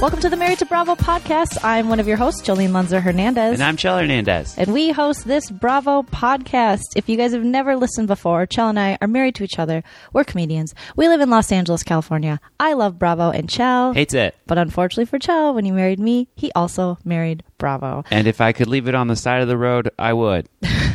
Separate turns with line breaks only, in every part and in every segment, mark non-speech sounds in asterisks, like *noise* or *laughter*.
Welcome to the Married to Bravo podcast. I'm one of your hosts, Jolene Lunzer Hernandez.
And I'm Chell Hernandez.
And we host this Bravo podcast. If you guys have never listened before, Chell and I are married to each other. We're comedians. We live in Los Angeles, California. I love Bravo and Chell.
Hates it.
But unfortunately for Chell, when he married me, he also married Bravo.
And if I could leave it on the side of the road, I would.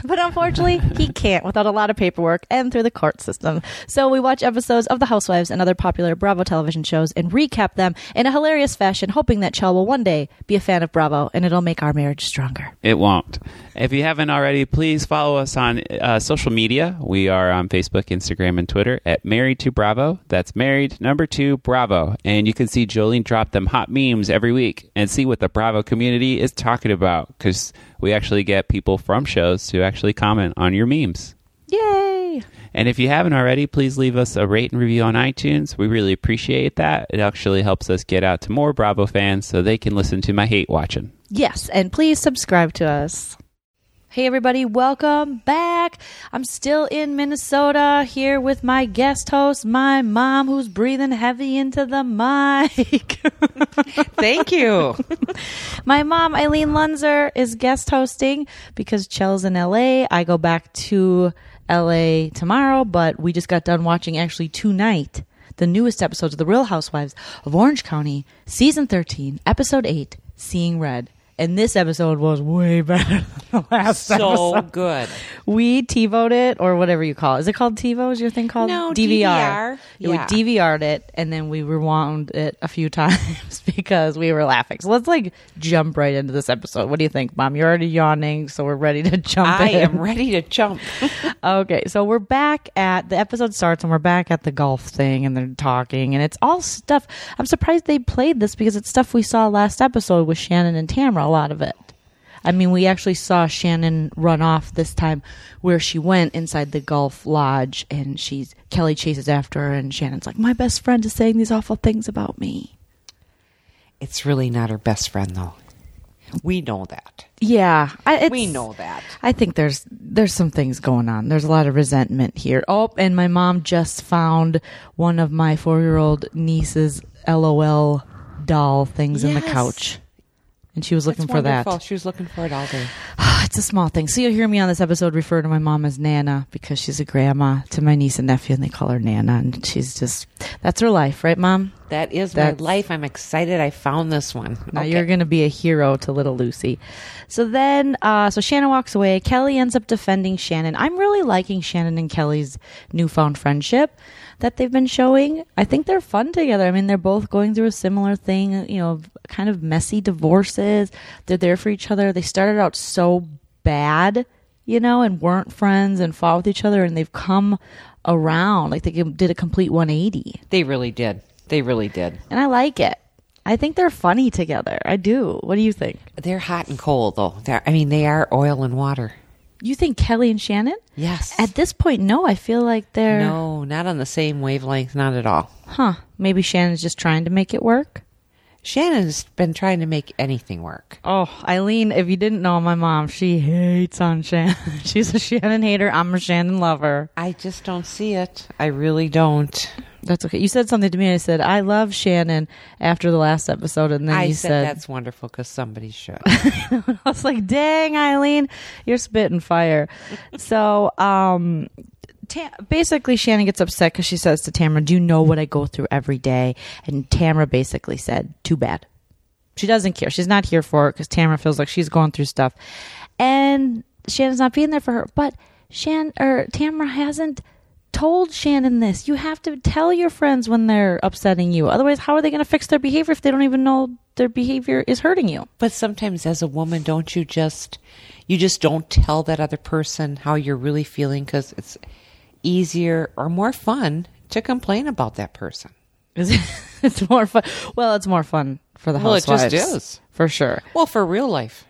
But unfortunately, he can't without a lot of paperwork and through the court system. So we watch episodes of The Housewives and other popular Bravo television shows and recap them in a hilarious fashion, hoping that Chell will one day be a fan of Bravo and it'll make our marriage stronger.
It won't. If you haven't already, please follow us on uh, social media. We are on Facebook, Instagram, and Twitter at Married to Bravo. That's Married Number Two Bravo. And you can see Jolene drop them hot memes every week and see what the Bravo community is talking about because we actually get people from shows to actually comment on your memes.
Yay!
And if you haven't already, please leave us a rate and review on iTunes. We really appreciate that. It actually helps us get out to more Bravo fans so they can listen to my hate watching.
Yes, and please subscribe to us. Hey, everybody, welcome back. I'm still in Minnesota here with my guest host, my mom, who's breathing heavy into the *laughs* mic.
Thank *laughs* you.
My mom, Eileen Lunzer, is guest hosting because Chell's in LA. I go back to LA tomorrow, but we just got done watching actually tonight the newest episodes of The Real Housewives of Orange County, season 13, episode 8, Seeing Red. And this episode was way better than the last
so
episode.
good.
We TiVo'd it, or whatever you call it. Is it called TiVo? Is your thing called?
No, DVR.
Yeah, we
Yeah.
DVR'd it, and then we rewound it a few *laughs* times because we were laughing. So let's like jump right into this episode. What do you think, Mom? You're already yawning, so we're ready to jump
*laughs* I
in.
am ready to jump.
Okay, so we're back at the episode starts and we're back at the golf thing and they're talking and it's all stuff. I'm surprised they played this because it's stuff we saw last episode with Shannon and Tamra, a lot of it. I mean, we actually saw Shannon run off this time where she went inside the golf lodge and she's Kelly chases after her and Shannon's like, "My best friend is saying these awful things about me."
It's really not her best friend though. We know that.
Yeah, I, it's,
We know that.
I think there's there's some things going on. There's a lot of resentment here. Oh, and my mom just found one of my four year old niece's LOL doll things in the
Yes.
couch, and she was looking for
wonderful.
that.
She was looking for it all day.
It's a small thing, so you'll hear me on this episode refer to my mom as Nana because she's a grandma to my niece and nephew, and they call her Nana, and she's just that's her life, right, Mom?
That is
That's-
my life. I'm excited I found this one.
Now
Okay.
you're going to be a hero to little Lucy. So then, uh, so Shannon walks away. Kelly ends up defending Shannon. I'm really liking Shannon and Kelly's newfound friendship that they've been showing. I think they're fun together. I mean, they're both going through a similar thing, you know, kind of messy divorces. They're there for each other. They started out so bad, you know, and weren't friends and fought with each other, and they've come around. Like they did a complete 180
They really did. They really did.
and I like it. I think they're funny together. I do. What do you think?
They're hot and cold though. They're, I mean, they are oil and water.
You think Kelly and Shannon?
Yes.
At this point, no. I feel like they're
no, not on the same wavelength. Not at all.
huh. Maybe Shannon's just trying to make it work.
Shannon's been trying to make anything work.
Oh, Eileen, if you didn't know my mom, she hates on Shannon. *laughs* She's a Shannon hater. I'm a Shannon lover.
I just don't see it. I really don't.
That's okay. You said something to me and I said, I love Shannon after the last episode and then
I
you
said, that's wonderful because somebody should.
*laughs* I was like, dang, Eileen, you're spitting fire. so, um, Ta- basically, Shannon gets upset because she says to Tamra, Do you know what I go through every day? And Tamra basically said, Too bad. She doesn't care. She's not here for it because Tamra feels like she's going through stuff. And Shannon's not being there for her. But Shan or Tamra hasn't told Shannon this. You have to tell your friends when they're upsetting you. Otherwise, how are they going to fix their behavior if they don't even know their behavior is hurting you?
But sometimes as a woman, don't you just you just don't tell that other person how you're really feeling cuz it's easier or more fun to complain about that person.
Is- *laughs* it's more fun. Well, it's more fun for the
Well, it
housewives.
just is.
for sure.
Well, for real life.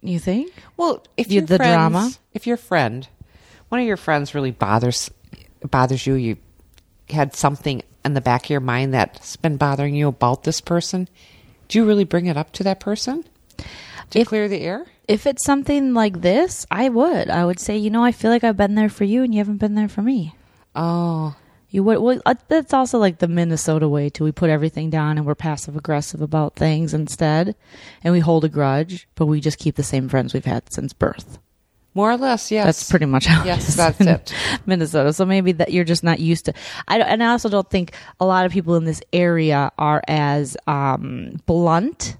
You think?
Well, if
You-
you
the drama?
if your friend, one of your friends really bothers bothers you, you had something in the back of your mind that's been bothering you about this person, do you really bring it up to that person to
If-
clear the air?
If it's something like this, I would. I would say, you know, I feel like I've been there for you, and you haven't been there for me.
Oh,
You would well. uh, That's also like the Minnesota way too. We put everything down and we're passive aggressive about things instead, and we hold a grudge, but we just keep the same friends we've had since birth.
More or less, yes.
That's pretty much how. it
Yes,
is
that's
in
it.
Minnesota. So maybe that you're just not used to. I don't, and I also don't think a lot of people in this area are as um, blunt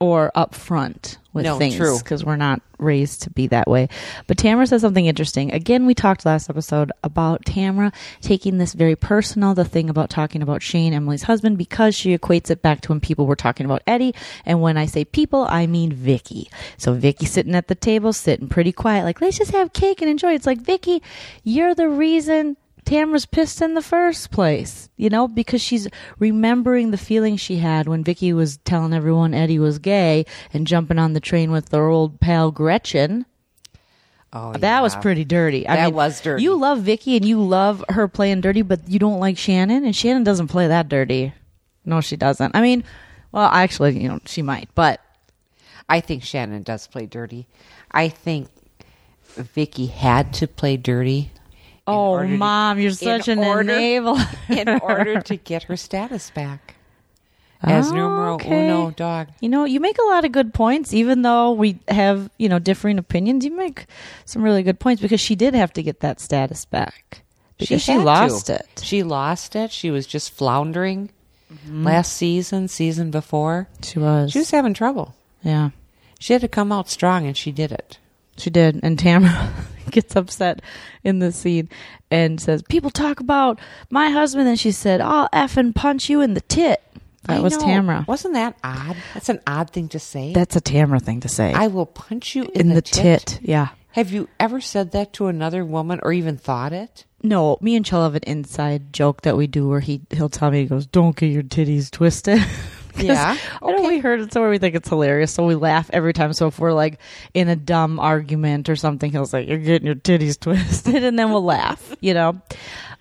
or upfront with
No,
things
true.
because we're not raised to be that way. But Tamara says something interesting. Again, we talked last episode about Tamara taking this very personal, the thing about talking about Shane, Emily's husband, because she equates it back to when people were talking about Eddie. And when I say people, I mean Vicky. So Vicky sitting at the table, sitting pretty quiet, like, let's just have cake and enjoy. It's like, Vicky, you're the reason Tamra's pissed in the first place, you know, because she's remembering the feeling she had when Vicky was telling everyone Eddie was gay and jumping on the train with their old pal Gretchen.
oh,
That was
yeah.
pretty dirty. I
That
mean,
was dirty.
You love Vicky and you love her playing dirty, but you don't like Shannon, and Shannon doesn't play that dirty. No, she doesn't. I mean, well, actually, you know, she might, but
I think Shannon does play dirty. I think Vicky had to play dirty. in
oh,
order to-
mom, you're
in
such an
order-
enabler.
in order to get her status back as numero
Okay.
uno dog.
You know, you make a lot of good points, even though we have, you know, differing opinions. You make some really good points because she did have to get that status back because she,
had to.
lost it.
She lost it. She was just floundering
Mm-hmm.
last season, season before.
She was.
She was having trouble.
yeah,
She had to come out strong, and she did it.
she did. And Tamara *laughs* gets upset in the scene and says, People talk about my husband. And she said, I'll effing punch you in the tit. That
I
was
know.
Tamara.
Wasn't that odd? That's an odd thing to say.
That's a Tamara thing to say.
I will punch you
in the, tit. Yeah.
Have you ever said that to another woman or even thought it?
No, me and Chell have an inside joke that we do where he he'll tell me he goes, "Don't get your titties twisted." *laughs* 'Cause
Yeah,
I don't know, we heard it somewhere. We think it's hilarious, so we laugh every time. So if we're like in a dumb argument or something, he'll say, "You're getting your titties *laughs* twisted," and then we'll laugh. You know,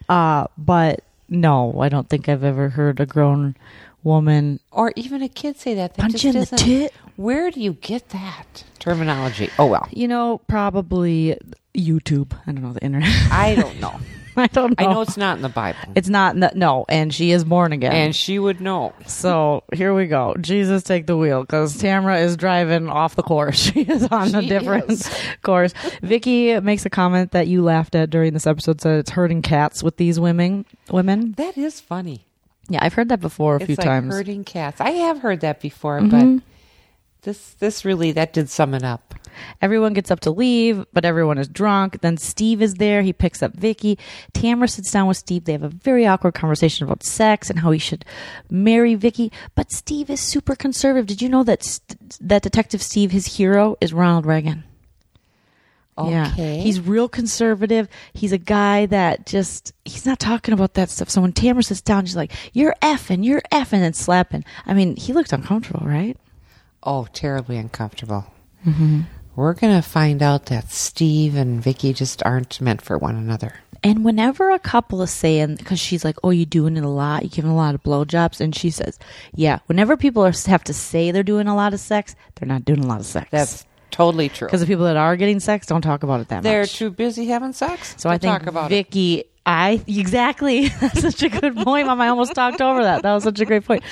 uh, but no, I don't think I've ever heard a grown woman.
Or even a kid say that. that
Punch
just
you in the
isn't-
tit?
Where do you get that terminology? Oh, well.
You know, probably YouTube. I don't know the internet.
I don't know.
*laughs* I don't.
I
Know.
know it's not in the Bible.
It's not n- no, and she is born again.
and she would know.
So here we go. Jesus, take the wheel because Tamara is driving off the course. *laughs* She is on a
She
different
is.
*laughs* course. Vicky makes a comment that you laughed at during this episode. Said it's herding cats with these women. Women.
That is funny.
Yeah, I've heard that before a
It's
few
like
times. Mm-hmm.
herding cats. I have heard that before, but this this really that did sum it up.
Everyone gets up to leave, but everyone is drunk. Then Steve is there. He picks up Vicky. Tamara sits down with Steve. They have a very awkward conversation about sex and how he should marry Vicky. But Steve is super conservative. Did you know that st- that Detective Steve, his hero, is Ronald Reagan?
Okay.
He's real conservative. He's a guy that just, he's not talking about that stuff. So when Tamara sits down, she's like, you're effing, you're effing, and slapping. I mean, he looked uncomfortable, right?
oh terribly uncomfortable.
Mm-hmm.
We're gonna find out that Steve and Vicky just aren't meant for one another.
And whenever a couple is saying, because she's like, oh, you doing it a lot, you giving a lot of blowjobs. And she says, yeah, whenever people are, have to say they're doing a lot of sex, they're not doing a lot of sex.
That's totally true.
because the people that are getting sex don't talk about it that
They're
much.
too busy having sex.
So
to
I think
talk about it.
Vicky, I exactly. *laughs* That's such a good point, Mom. I almost talked over that. That was such a great point.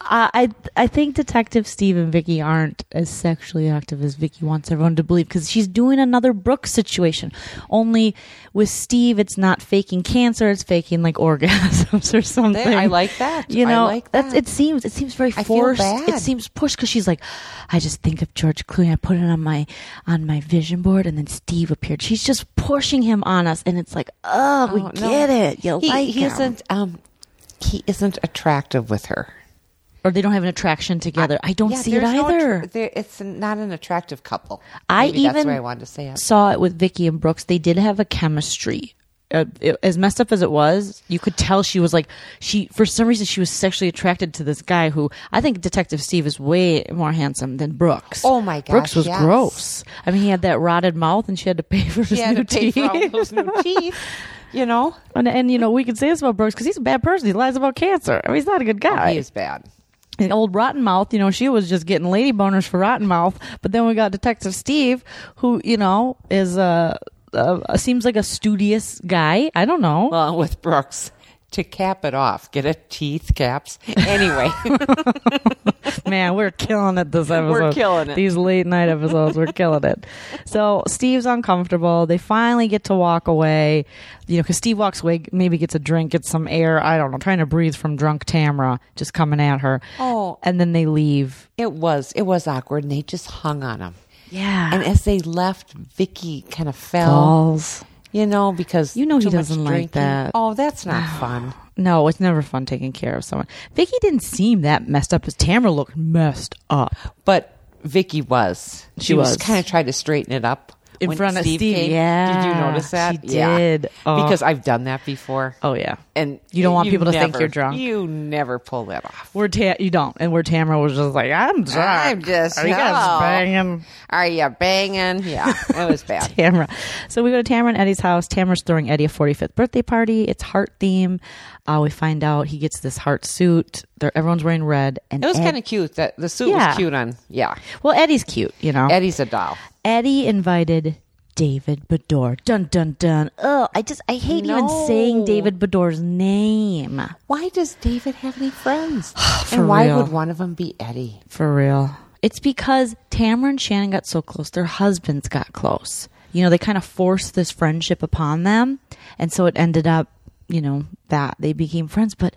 Uh, I I think Detective Steve and Vicky aren't as sexually active as Vicky wants everyone to believe because she's doing another Brooks situation. Only with Steve, it's not faking cancer; it's faking like *laughs* orgasms or something.
I like that.
You
I
know,
like
that's
that.
it. Seems it seems very
I feel
forced. It
bad.
seems pushed because she's like, I just think of George Clooney. I put it on my on my vision board, and then Steve appeared. She's just pushing him on us, and it's like, oh, we
Oh, no.
get it. You
he,
like
he
him.
isn't um he isn't attractive with her.
or they don't have an attraction together. I, don't
Yeah,
see it
there's no
either.
attra- there, it's not an attractive couple.
I
Maybe
even
that's why I wanted to say it.
saw it with Vicky and Brooks. They did have a chemistry. Uh, it- as messed up as it was, you could tell she was like she for some reason she was sexually attracted to this guy who I think Detective Steve is way more handsome than Brooks.
Oh my gosh,
Brooks was
yes.
gross. I mean, he had that rotted mouth, and she had to pay for his
She had
new
to pay
teeth.
for all those
*laughs*
new teeth. You know,
and, and you know we can say this about Brooks because he's a bad person. He lies about cancer. I mean, he's not a good guy.
Oh, he is bad.
And old Rotten Mouth, you know, she was just getting lady boners for Rotten Mouth. But then we got Detective Steve, who, you know, is a. Uh, uh, seems like a studious guy. I don't know.
*laughs* Well, with Brooks, to cap it off, get a teeth caps. Anyway, *laughs*
Man, we're killing it this episode.
killing it.
These late night episodes,
*laughs*
we're killing it. So Steve's uncomfortable. They finally get to walk away, you know, because Steve walks away, maybe gets a drink, gets some air. I don't know, trying to breathe from drunk Tamra just coming at her.
Oh.
and then they leave.
it was it was awkward, and they just hung on him.
Yeah,
And as they left, Vicky kind of fell.
balls.
You know, because
You know he
too much
doesn't like
drinking.
that.
Oh, that's
*sighs*
not fun.
No, it's never fun taking care of someone. Vicky didn't seem that messed up. As Tamra looked messed up.
But Vicky was.
She
She, was,
was.
kind of tried to straighten it up
In
when
front of Steve,
came.
yeah.
Did you notice that?
She did. Oh.
Because I've done that before.
Oh yeah,
And
you don't want people to think
never-
you're drunk.
You never pull that off.
We're ta- you don't, and where Tamara was just like, I'm drunk.
I'm just-
Are you
no."
guys banging
Are you banging? Yeah, it was bad.
*laughs* Tamara? So we go to Tamara and Eddie's house. Tamara's throwing Eddie a 45th birthday party. It's heart theme. Uh, we find out he gets this heart suit. They're, everyone's wearing red, and
It was
Ed-
kind of cute. That the suit
Yeah.
was cute on. Yeah,
well, Eddie's cute, you know.
Eddie's a doll.
Eddie invited David Bador. Dun dun dun. Oh, I just I hate even
No.
saying David Bador's name.
Why does David have any *sighs* friends?
For
and why
real.
would one of them be Eddie?
For real. It's because Tamara and Shannon got so close, their husbands got close. You know, they kind of forced this friendship upon them. And so it ended up, you know, that they became friends. But,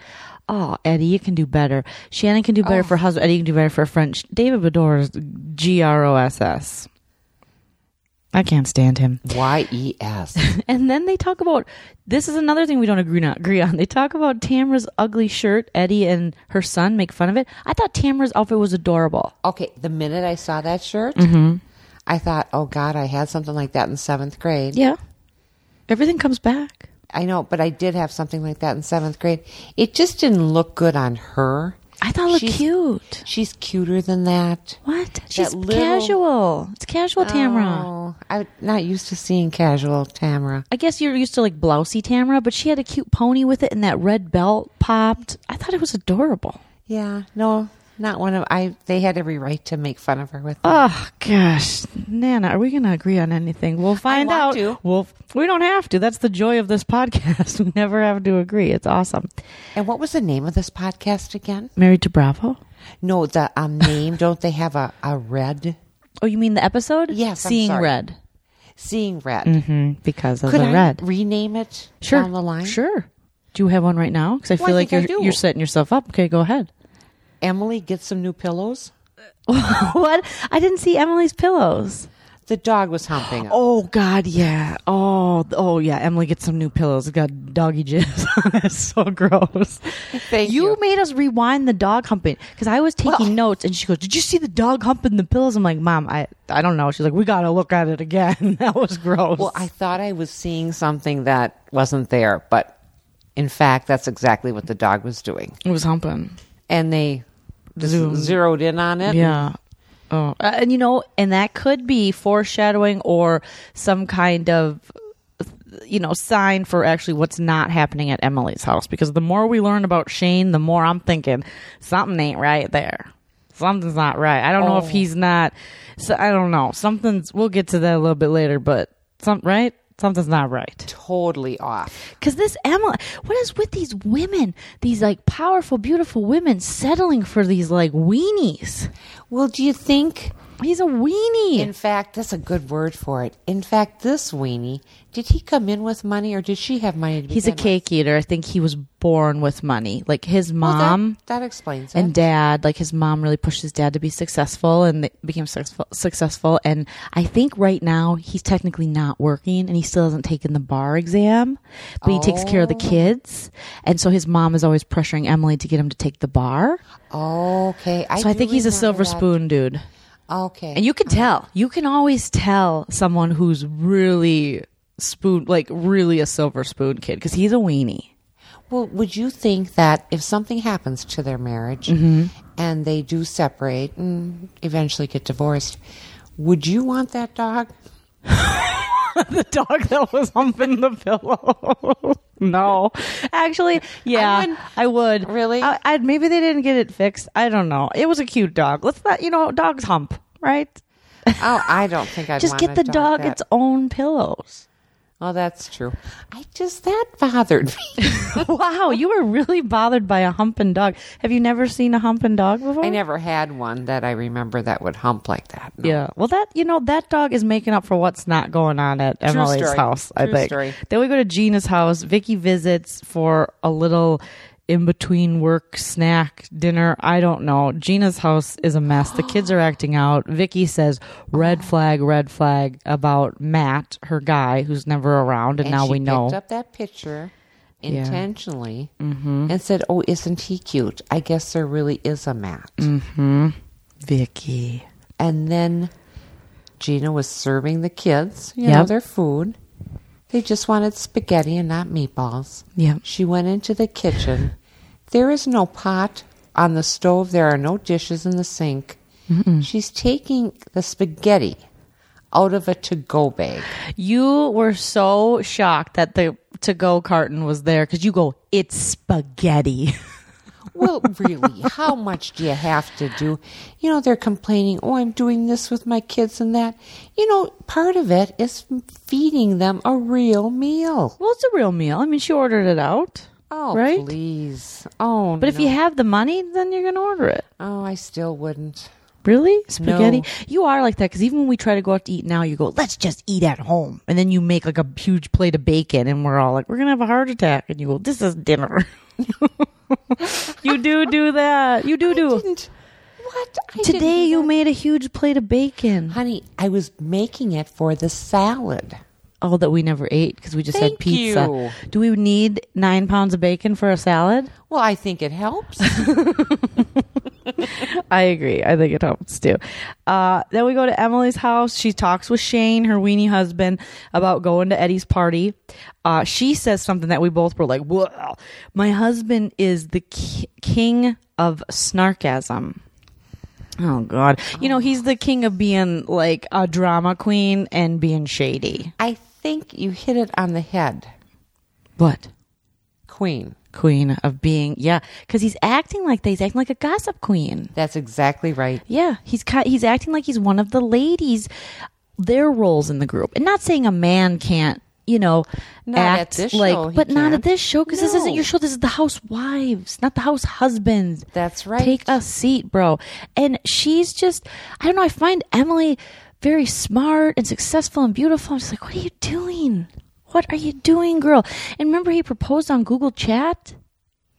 oh, Eddie, you can do better. Shannon can do better for husband. Eddie can do better for a friend. Sh- David Bador is G R O S S. I can't stand him.
Y E S.
And then they talk about this is another thing we don't agree not agree on. They talk about Tamara's ugly shirt. Eddie and her son make fun of it. I thought Tamara's outfit was adorable.
Okay, the minute I saw that shirt,
Mm-hmm.
I thought, oh God, I had something like that in seventh grade.
Yeah. Everything comes back.
I know, but I did have something like that in seventh grade. It just didn't look good on her.
I thought it looked
She's-
cute.
She's cuter than that.
What? She's
little-
casual. It's casual Tamra.
Oh, I'm not used to seeing casual Tamara.
I guess you're used to like blousy Tamra, but she had a cute pony with it and that red belt popped. I thought it was adorable.
Yeah, no, not one of. I. They had every right to make fun of her with. that.
Oh gosh, Nana, are we going to agree on anything? We'll find
want
out.
to.
Well, we don't have to. That's the joy of this *laughs* podcast. We never have to agree. It's awesome.
and what was the name of this podcast again?
Married to Bravo.
No, the
*laughs*
um, name. Don't they have a, a red?
Oh, you mean the episode?
Yes, I'm
Seeing
sorry.
red
Seeing red.
mm, because of
Could
the
I
red.
rename it
sure.
down the line?
Sure. Do you have one right now? Because I
Well,
feel
I
like
think I
you're
do.
you're setting yourself up. Okay, go ahead.
Emily get some new pillows.
*laughs* what? I didn't see Emily's pillows.
The dog was humping. him.
Oh God, yeah. Oh, th- oh yeah. Emily gets some new pillows. It's got doggy jizz *laughs* on it. So gross.
Thank you.
made us rewind the dog humping because I was taking notes, and she goes, "Did you see the dog humping the pillows?" I'm like, "Mom, I I don't know." She's like, "We gotta look at it again." *laughs* that was gross.
Well, I thought I was seeing something that wasn't there, but in fact, that's exactly what the dog was doing.
it was humping.
And they just
Zoomed.
zeroed in on it.
Yeah. Oh, Uh, and you know, and that could be foreshadowing or some kind of you know sign for actually what's not happening at Emily's house because the more we learn about Shane, the more I'm thinking something ain't right there. Something's not right. I don't know if he's not so I don't know. Something's we'll get to that a little bit later, but some right? Something's not right.
Totally off.
Because this Emily, what is with these women, these like powerful, beautiful women settling for these like weenies?
Well, do you think,
He's a weenie.
in fact, that's a good word for it. In fact, this weenie, did he come in with money or did she have money to
He's a
begin with?
cake eater. I think he was born with money. Like his
Well, that-
mom
that, explains it.
and dad, like his mom really pushed his dad to be successful and they became successful, successful. And I think right now he's technically not working and he still hasn't taken the bar exam, but he takes care of the
Oh.
kids. And so his mom is always pressuring Emily to get him to take the bar.
okay. I
So I,
do
think he's a
remember
silver
that.
spoon dude.
Okay.
And you can tell. You can always tell someone who's really spoon, like really a silver spoon kid because he's a weenie.
Well, would you think that if something happens to their marriage
Mm-hmm.
and they do separate and eventually get divorced, would you want that dog?
the dog that was humping the pillow. *laughs* no, actually, yeah, I would.
would- Really?
I, I'd maybe they didn't get it fixed. I don't know. It was a cute dog. Let's not, you know, dogs hump, right?
Oh, I don't think I'd
Just
want
get
a
the dog,
that-
its own pillows. *laughs*
Oh, that's true. I just that bothered me.
wow, you were really bothered by a humping dog. Have you never seen a humping dog before?
I never had one that I remember that would hump like that. No.
Yeah. Well, that you know that dog is making up for what's not going on at Emily's
story.
house. I
True
think.
story.
Then we go to Gina's house. Vicky visits for a little in between work snack dinner. I don't know. Gina's house is a mess. The kids
*gasps*
are acting out. Vicky says
Oh.
red flag, red flag about Matt, her guy, who's never around, and,
And
now
she
we know.
picked up that picture intentionally
Mm-hmm.
and said, "Oh, isn't he cute? I guess there really is a Matt."
Vicky.
And then Gina was serving the kids, you
Yep.
know, their food. They just wanted spaghetti and not meatballs.
Yep.
She went into the kitchen. There is no pot on the stove. There are no dishes in the sink. She's taking the spaghetti out of a to-go bag.
You were so shocked that the to go carton was there because you go, it's spaghetti. *laughs*
Well, really, how much do you have to do? You know, they're complaining, oh, I'm doing this with my kids and that. You know, part of it is feeding them a real meal.
Well, it's a real meal. I mean, she ordered it out.
Oh,
Right?
please. Oh,
But if you have the money, then you're going to order it.
Oh, I still wouldn't.
Really? Spaghetti?
No.
You are like that because even when we try to go out to eat now, you go, let's just eat at home. And then you make like a huge plate of bacon, and we're all like, we're going to have a heart attack. And you go, this is dinner. *laughs* you do do that. You do do.
Didn't- What? I didn't
Today,
do
you
that.
made a huge plate of bacon.
Honey, I was making it for the salad.
Oh, that we never ate because we just had
Thank
pizza.
you.
Do we need nine pounds of bacon for a salad?
Well, I think
*laughs*
it helps.
I agree. I think it helps too. Uh, then we go to Emily's house. She talks with Shane, her weenie husband, about going to Eddie's party. Uh, she says something that we both were like, "Whoa!" My husband is the ki- king of snarkasm. Oh God! You know he's the king of being like a drama queen and being shady.
I think you hit it on the head,
What?
Queen.
Queen of being, yeah, because he's acting like that. He's acting like a gossip queen.
That's exactly right.
Yeah, he's ki- he's acting like he's one of the ladies. Their roles in the group, and not saying a man can't, you know,
Not at
act
this
like,
show he
but not at
can't.
this show because this isn't
No.
your show. This is the housewives, not the house husbands.
That's right.
Take a seat, bro. And she's just, I don't know. I find Emily very smart and successful and beautiful. I'm just like, what are you doing? What are you doing, girl? And remember, he proposed on Google Chat.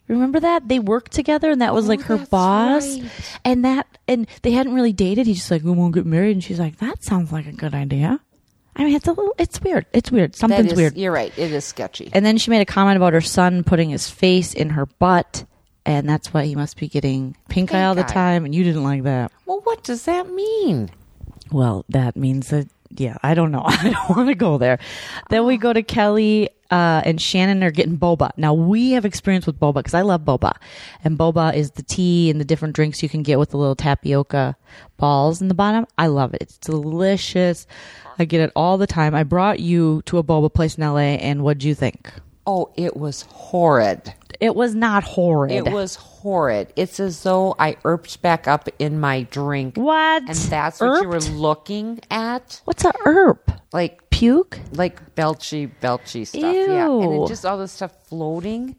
Remember that they worked together, and that was like her
Oh, that's
boss,
right.
and that and they hadn't really dated. He's just like, we won't get married, and she's like, that sounds like a good idea. I mean, it's a little, it's weird, it's weird,
That
something's
is,
weird.
You're right. It is sketchy.
And then she made a comment about her son putting his face in her butt, and that's why he must be getting pink, eye all the
Pink eye.
time. And you didn't like that.
Well, what does that mean?
Well, that means that yeah, I don't know. *laughs* I don't want to go there. Then we go to Kelly uh, and Shannon are getting boba. Now we have experience with boba because I love boba, and boba is the tea and the different drinks you can get with the little tapioca balls in the bottom. I love it. It's delicious. I get it all the time. I brought you to a boba place in LA, and what'd you think?
Oh, it was horrid.
It was not horrid.
It was horrid. It's as though I erped back up in my drink.
What?
And that's what you were
Erped?
looking at?
What's a herb?
Like
Puke?
like belchy, belchy stuff. Yeah. And
Ew.
it just all this stuff floating.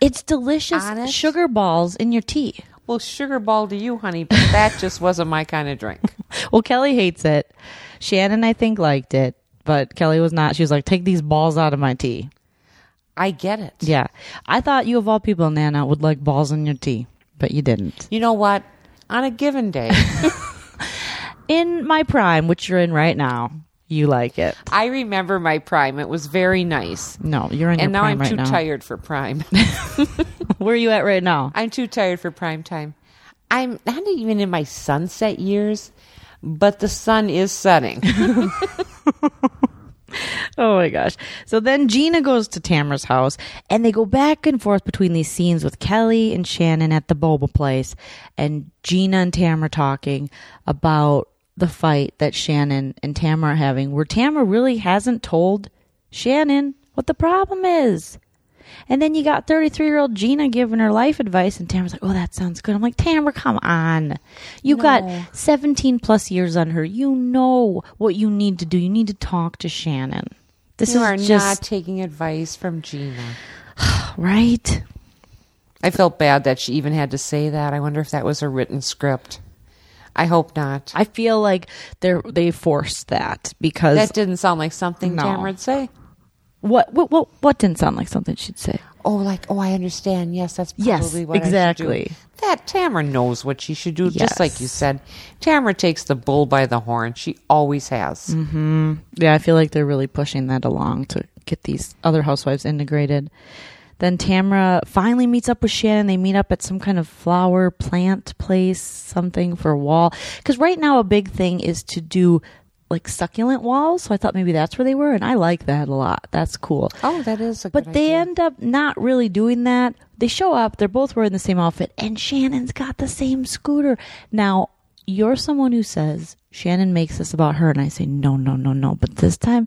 It's delicious
Honest?
sugar balls in your tea.
Well, sugar ball to you, honey, but
*laughs*
that just wasn't my kind of drink.
Well, Kelly hates it. Shannon, I think, liked it, but Kelly was not. She was like, take these balls out of my tea.
I get it.
Yeah. I thought you, of all people, Nana, would like balls in your tea, but you didn't.
You know what? On a
*laughs*
given day,
In my prime, which you're in right now, you like it.
I remember my prime. It was very nice.
No, you're in your
And now
prime
I'm
right
too
now.
tired for prime.
*laughs*
*laughs*
Where are you at right now?
I'm too tired for prime time. I'm not even in my sunset years, but the sun is setting.
*laughs* Oh my gosh. So then Gina goes to Tamra's house and they go back and forth between these scenes with Kelly and Shannon at the boba place and Gina and Tamra talking about the fight that Shannon and Tamra are having where Tamra really hasn't told Shannon what the problem is. And then you got 33 year old Gina giving her life advice, and Tamara's like, oh, that sounds good. I'm like, Tamara, come on. You got 17 plus years on her. You know what you need to do. You need to talk to Shannon. This
you
is
are not
just
taking advice from Gina.
right.
I felt bad that she even had to say that. I wonder if that was a written script. I hope not.
I feel like they are they forced that because
That didn't sound like something
No.
Tamara would say.
what, what what what didn't sound like something she'd say.
Oh, like oh, I understand. Yes, that's probably
Yes,
what I should
exactly.
do. That Tamara knows what she should do, just like you
Yes.
said. Tamara takes the bull by the horn. She always has.
Mm. Yeah, I feel like they're really pushing that along to get these other housewives integrated. Then Tamra finally meets up with Shannon. They meet up at some kind of flower plant place, something for a wall. Because right now, a big thing is to do like succulent walls. So I thought maybe that's where they were. And I like that a lot. That's cool.
Oh, that is a
But
good
they
idea.
end up not really doing that. They show up, they're both wearing the same outfit, and Shannon's got the same scooter. Now, you're someone who says, Shannon makes this about her, and I say, no, no, no, no. But this time,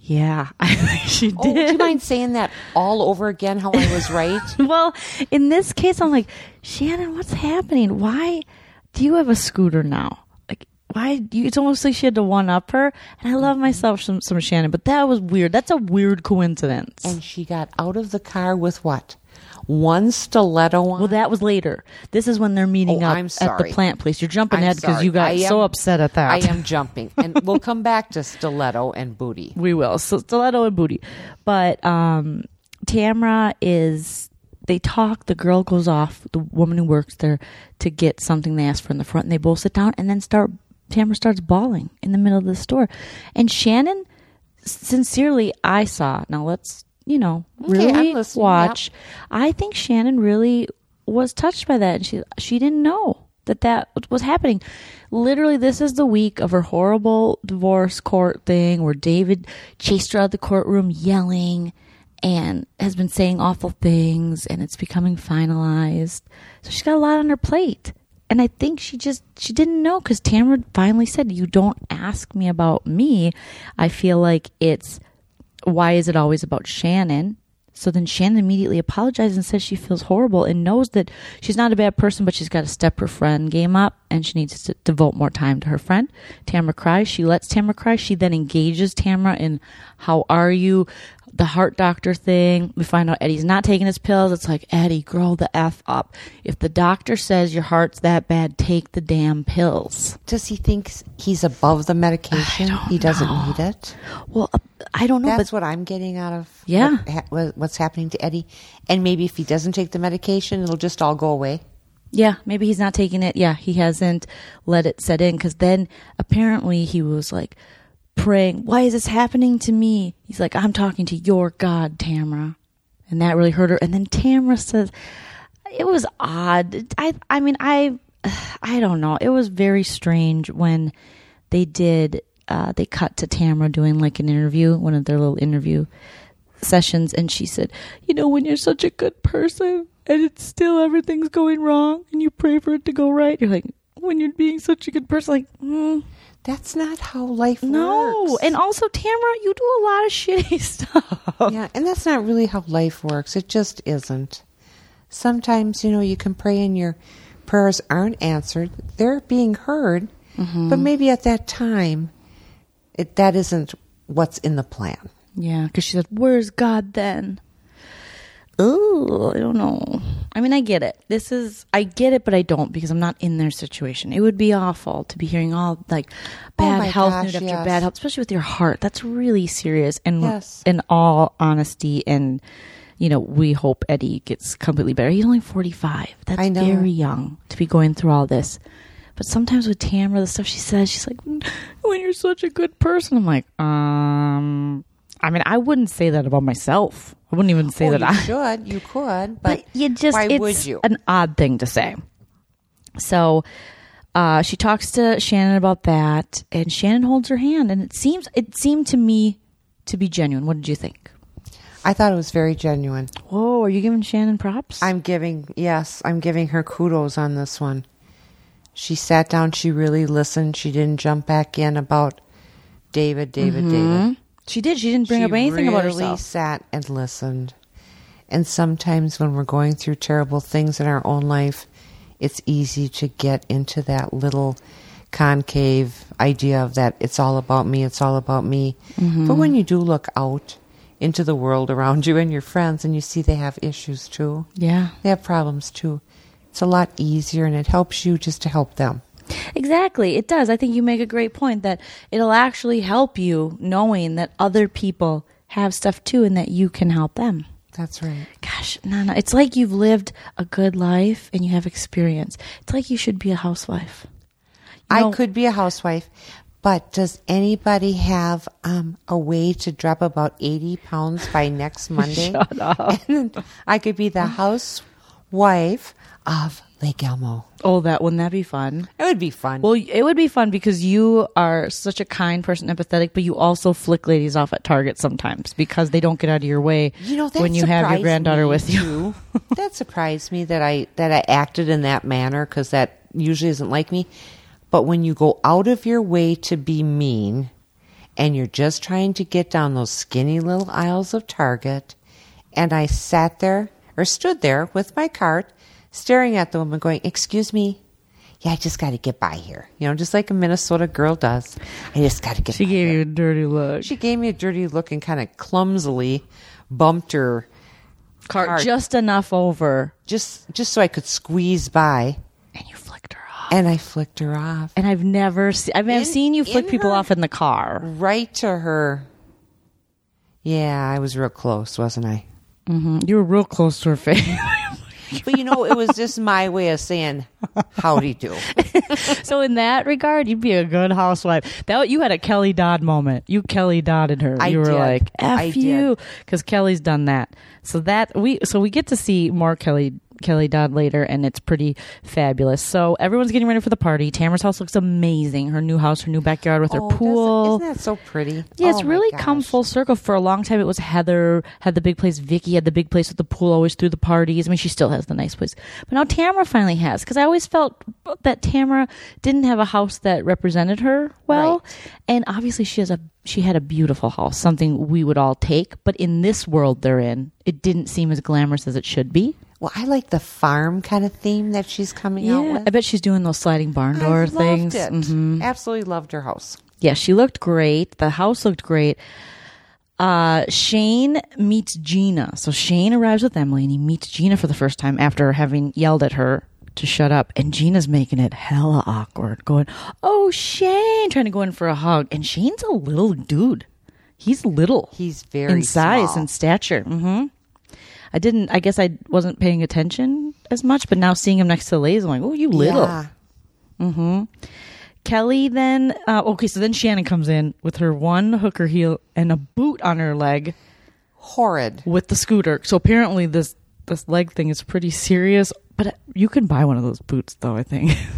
yeah, *laughs* I think she
Oh,
*laughs*
do you
did.
mind saying that all over again? How
*laughs*
I was right.
well, in this case, I'm like, Shannon, what's happening? Why do you have a scooter now? Like, why? do You, it's almost like she had to one up her. And I love myself some, some Shannon, but that was weird. That's a weird coincidence.
and she got out of the car with what? One stiletto on.
Well, that was later. This is when they're meeting
Oh,
up
I'm
at the
sorry.
plant place. You're jumping
I'm
ahead because
sorry.
you got
I am-
so upset at that.
I am jumping, and we'll come back to stiletto and booty.
*laughs* We will. So stiletto and booty. But um Tamra is they talk, the girl goes off, the woman who works there to get something they asked for in the front, and they both sit down and then start Tamra starts bawling in the middle of the store. And Shannon sincerely I saw now let's you know
Okay, I'm
really
listening,
watch. I think Shannon really was touched by that and she she didn't know that that was happening. Literally this is the week of her horrible divorce court thing where David chased her out of the courtroom yelling and has been saying awful things and it's becoming finalized. So she's got a lot on her plate. And I think she just she didn't know because Tamara finally said, "You don't ask me about me." I feel like it's why is it always about Shannon? So then Shannon immediately apologizes and says she feels horrible and knows that she's not a bad person, but she's got to step her friend game up and she needs to devote more time to her friend. Tamara cries. She lets Tamara cry. She then engages Tamara in how are you? The heart doctor thing. We find out Eddie's not taking his pills. It's like, Eddie, grow the F up. If the doctor says your heart's that bad, take the damn pills.
Does he think he's above the medication? He doesn't need it.
Well, uh, I don't know,
That's
but
what I'm getting out of
Yeah.
what ha- what, what's happening to Eddie. And maybe if he doesn't take the medication, it'll just all go away.
Yeah, maybe he's not taking it. Yeah, he hasn't let it set in because then apparently he was like praying, Why is this happening to me? He's like, I'm talking to your God, Tamra. And that really hurt her. And then Tamra says, It was odd. I, I mean, I, *sighs* I don't know. It was very strange when they did, uh, they cut to Tamra doing like an interview, one of their little interview sessions and she said, "You know, when you're such a good person and it's still everything's going wrong and you pray for it to go right, you're like, when you're being such a good person, like, mm,
That's not how life
no."
works.
And oh. also, Tamara, you do a lot of shitty *laughs* stuff.
yeah, and that's not really how life works. It just isn't. Sometimes, you know, you can pray and your prayers aren't answered. They're being heard,
Mm-hmm.
but maybe at that time, it, that isn't what's in the plan.
Yeah, because she said, "Where's God then?" Oh, I don't know. I mean, I get it. This is I get it, but I don't because I'm not in their situation. It would be awful to be hearing all like bad
Oh my
health
gosh,
news after
yes.
bad health, especially with your heart. That's really serious. And
Yes.
in all honesty, and you know, we hope Eddie gets completely better. He's only 45. That's
I know.
very young to be going through all this. But sometimes with Tamra, the stuff she says, she's like, "Mm, "When you're such a good person," I'm like, um, I mean, I wouldn't say that about myself. I wouldn't even say
Oh,
that
you
I.
should, you could,
*laughs* But
but,
you just
why
it's
would you?
an odd thing to say. So uh, she talks to Shannon about that, and Shannon holds her hand, and it seems it seemed to me to be genuine. What did you think?
I thought it was very genuine.
Whoa, are you giving Shannon props?
I'm giving, yes, I'm giving her kudos on this one. She sat down, she really listened, she didn't jump back in about David, David,
Mm-hmm.
David.
she did. She didn't bring
she
up anything about
really
herself.
Sat and listened. And sometimes when we're going through terrible things in our own life, it's easy to get into that little concave idea of that it's all about me, it's all about me.
Mm-hmm.
But when you do look out into the world around you and your friends and you see they have issues too,
Yeah.
they have problems too, it's a lot easier and it helps you just to help them.
Exactly. It does. I think you make a great point that it'll actually help you knowing that other people have stuff too and that you can help them.
That's right.
Gosh, Nana, it's like you've lived a good life and you have experience. It's like you should be a housewife. No.
I could be a housewife, but does anybody have um, a way to drop about 80 pounds by *laughs* next Monday? Shut *laughs* up. I could be the housewife of Lake Elmo.
Oh, that wouldn't that be fun?
It would be fun.
Well, it would be fun because you are such a kind person, empathetic, but you also flick ladies off at Target sometimes because they don't get out of your way
you know, that
when you have your
surprised
granddaughter
me,
with you. *laughs*
too. *laughs* that surprised me that I that I acted in that manner because that usually isn't like me. But when you go out of your way to be mean, and you're just trying to get down those skinny little aisles of Target, and I sat there or stood there with my cart, staring at the woman, going, "Excuse me." Yeah, I just got to get by here. You know, just like a Minnesota girl does. I just got to get
She
by
gave
here.
you a dirty look.
She gave me a dirty look and kind of clumsily bumped her
Cart
Cart.
just enough over,
just just so I could squeeze by,
and you flicked her off.
and I flicked her off
And I've never seen. I mean, I've
In-
seen you flick
in
people
her-
off in the car.
right to her. Yeah, I was real close,
*laughs*
wasn't I? Mm-hmm.
You were real close to her face. *laughs*
But you know, it was just my way of saying howdy
*laughs*
do.
so in that regard, you'd be a good housewife. That you had a Kelly Dodd moment. You Kelly Dodded her.
I
you were
did.
like, "F
I
you," because Kelly's done that. So that we so we get to see more Kelly Kelly Dodd later, and it's pretty fabulous. So everyone's getting ready for the party. Tamara's house looks amazing. Her new house, her new backyard with
Oh,
her
doesn't-
pool.
Isn't that so pretty?
Yeah, it's
Oh my
really come
gosh.
full circle. For a long time, it was Heather had the big place. Vicky had the big place with the pool. Always threw the parties. I mean, she still has the nice place, but now Tamara finally has. Because I always felt that Tamara didn't have a house that represented her well, and obviously she has a she had a beautiful house, something we would all take. But in this world they're in, it didn't seem as glamorous as it should be.
Well, I like the farm kind of theme that she's coming out
Yeah,
with.
I bet she's doing those sliding barn
I
door
loved
things.
it.
Mhm.
Absolutely loved her house.
Yeah, she looked great. The house looked great. Uh, Shane meets Gina. So Shane arrives with Emily and he meets Gina for the first time after having yelled at her to shut up. And Gina's making it hella awkward, going, Oh, Shane, trying to go in for a hug. And Shane's a little dude. He's little.
He's very
in size
small.
and stature. hmm I didn't, I guess I wasn't paying attention as much, but now seeing him next to the ladies, I'm like, Oh, you little.
Yeah.
Hmm? Kelly then uh, okay, so then Shannon comes in with her one hooker heel and a boot on her leg
horrid.
with the scooter. So apparently this this leg thing is pretty serious, but you can buy one of those boots though, I think. *laughs*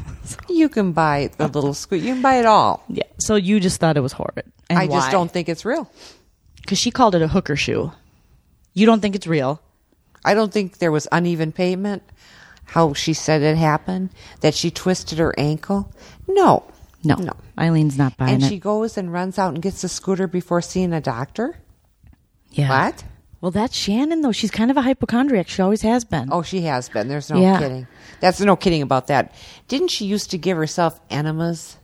You can buy the little scoot. You can buy it all.
yeah. So you just thought it was horrid. And
I just don't think it's real.
cuz she called it a hooker shoe. You don't think it's real?
I don't think there was uneven pavement. How she said it happened that she twisted her ankle. No,
No.
no.
Eileen's not buying
And
it.
she goes and runs out and gets the scooter before seeing a doctor.
yeah.
What?
Well, that's Shannon though. She's kind of a hypochondriac. She always has been.
Oh, she has been. There's no
Yeah.
kidding. That's no kidding about that. Didn't she used to give herself enemas?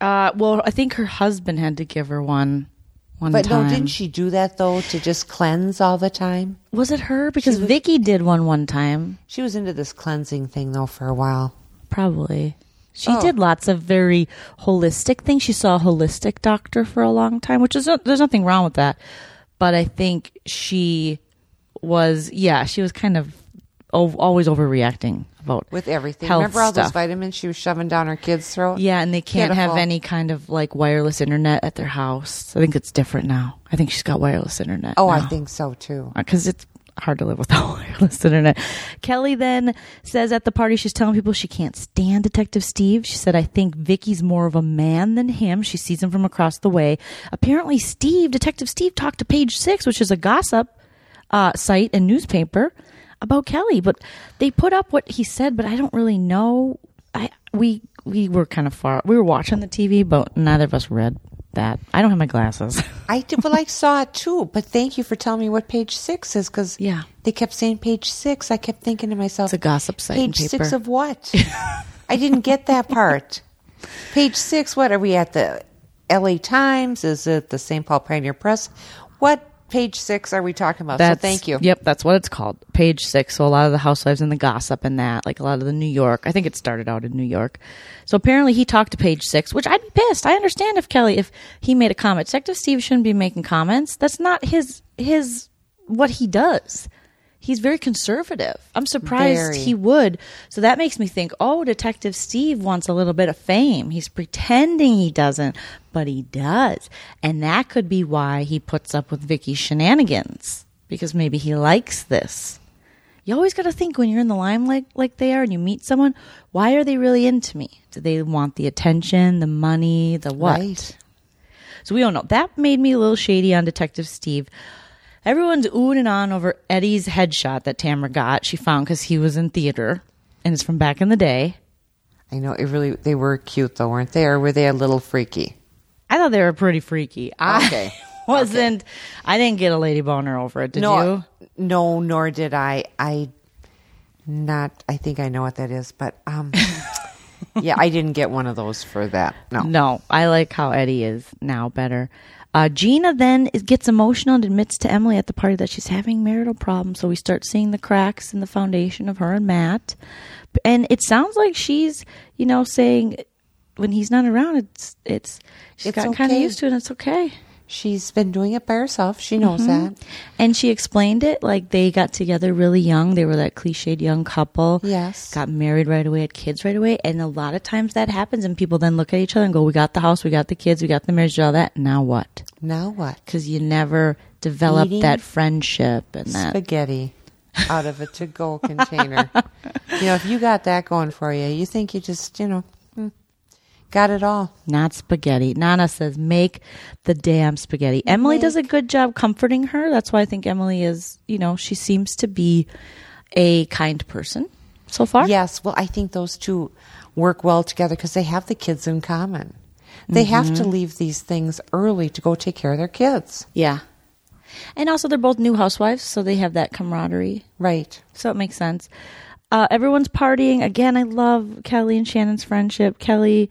Uh, well, I think her husband had to give her one one
But
time.
no, didn't she do that though to just cleanse all the time?
Was it her? Because Vicky did one one time,
She was into this cleansing thing though for a while.
probably. She did lots of very holistic things. She saw a holistic doctor for a long time, which is there's nothing wrong with that. But I think she was, yeah, she was kind of o- always overreacting about
With everything.
Health
Remember all those
stuff.
vitamins she was shoving down her kids' throat?
Yeah, and they can't have
Pitiful.
any kind of like wireless internet at their house. I think it's different now. I think she's got wireless internet.
Oh, I
now.
think so too.
because Uh, it's hard to live *laughs* without wireless internet. Kelly then says at the party she's telling people she can't stand Detective Steve. She said, "I think Vicky's more of a man than him. She sees him from across the way. Apparently, Steve, Detective Steve, talked to Page Six, which is a gossip uh, site and newspaper about Kelly, but they put up what he said. But I don't really know. I we we were kind of far. We were watching the TV, but neither of us read." That I don't have my glasses. *laughs*
I did, well, I saw it too. But thank you for telling me what page six is because
Yeah.
they kept saying page six. I kept thinking to myself,
It's a gossip site and *laughs*
Page six
paper.
of what? I didn't get that part. Page six, what are we at? The LA Times? Is it the St. Paul Pioneer Press? What page six are we talking about? so thank you.
Yep, that's what it's called. Page six. So a lot of the housewives and the gossip and that, like a lot of the New York. I think it started out in New York. So apparently he talked to page six, which I'd be pissed. I understand if Kelly if he made a comment. Detective Steve shouldn't be making comments. That's not his his what he does. He's very conservative. I'm surprised
Very.
he would. So that makes me think, oh, Detective Steve wants a little bit of fame. He's pretending he doesn't, but he does. And that could be why he puts up with Vicky's shenanigans because maybe he likes this. You always got to think when you're in the limelight like they are and you meet someone, why are they really into me? Do they want the attention, the money, the what?
Right.
So we don't know. That made me a little shady on Detective Steve. Everyone's oohing and on over Eddie's headshot that Tamra got. She found because he was in theater and it's from back in the day.
I know it really. They were cute though, weren't they? Or were they a little freaky?
I thought they were pretty freaky. I
Okay.
*laughs* wasn't. I didn't get a lady boner over it. Did you?
no, no, nor did I. I not. I think I know what that is, but um, yeah, I didn't get one of those for that. No,
No, I like how Eddie is now better. Uh, Gina then is, gets emotional and admits to Emily at the party that she's having marital problems. So we start seeing the cracks in the foundation of her and Matt. And it sounds like she's, you know, saying when he's not around, it's it's she's
It's
gotten kind of
okay.
used to it. and It's okay.
she's been doing it by herself. She knows that.
And she explained it like they got together really young. They were that cliched young couple.
Yes.
Got married right away, had kids right away. And a lot of times that happens, and people then look at each other and go, We got the house, we got the kids, we got the marriage, all that. Now what?
Now what?
Because you never develop
Eating
that friendship and that.
Spaghetti out of a to-go container. You know, if you got that going for you, you think you just, you know, hmm, got it all.
not spaghetti. Nana says, Make the damn spaghetti. Emily does a good job comforting her. That's why I think Emily is, you know, she seems to be a kind person so far.
Yes. Well, I think those two work well together because they have the kids in common. They have to leave these things early to go take care of their kids.
Yeah. And also, they're both new housewives, so they have that camaraderie.
Right.
So it makes sense. Uh, everyone's partying. Again, I love Kelly and Shannon's friendship. Kelly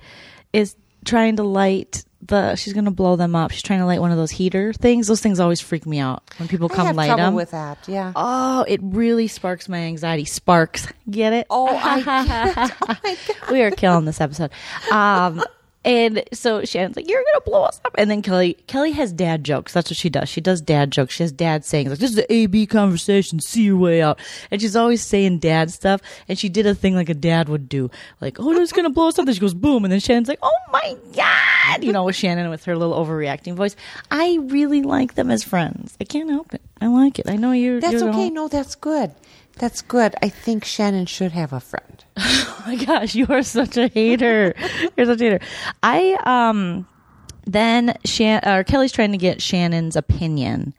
is trying to light the, she's going to blow them up. She's trying to light one of those heater things. Those things always freak me out when people
I
come
have
light
trouble
them.
with that. Yeah.
oh, it really sparks my anxiety. Sparks. Get it?
Oh,
*laughs*
I can't. Oh my God.
we are killing this episode. Um, and so Shannon's like, "You're gonna blow us up," and then Kelly Kelly has dad jokes. That's what she does. She does dad jokes. She has dad sayings like, "This is the AB conversation. See your way out." And she's always saying dad stuff. And she did a thing like a dad would do, like, "Oh, it's gonna blow us up." Then she goes, "Boom!" And then Shannon's like, "Oh my god!" You know, with Shannon with her little overreacting voice. I really like them as friends. I can't help it. I like it. I know you're.
That's
you're
okay.
all-
No, that's good. That's good. I think Shannon should have a friend.
Oh *laughs* my gosh, you are such a hater. You're such a hater. I um then Shan- or Kelly's trying to get Shannon's opinion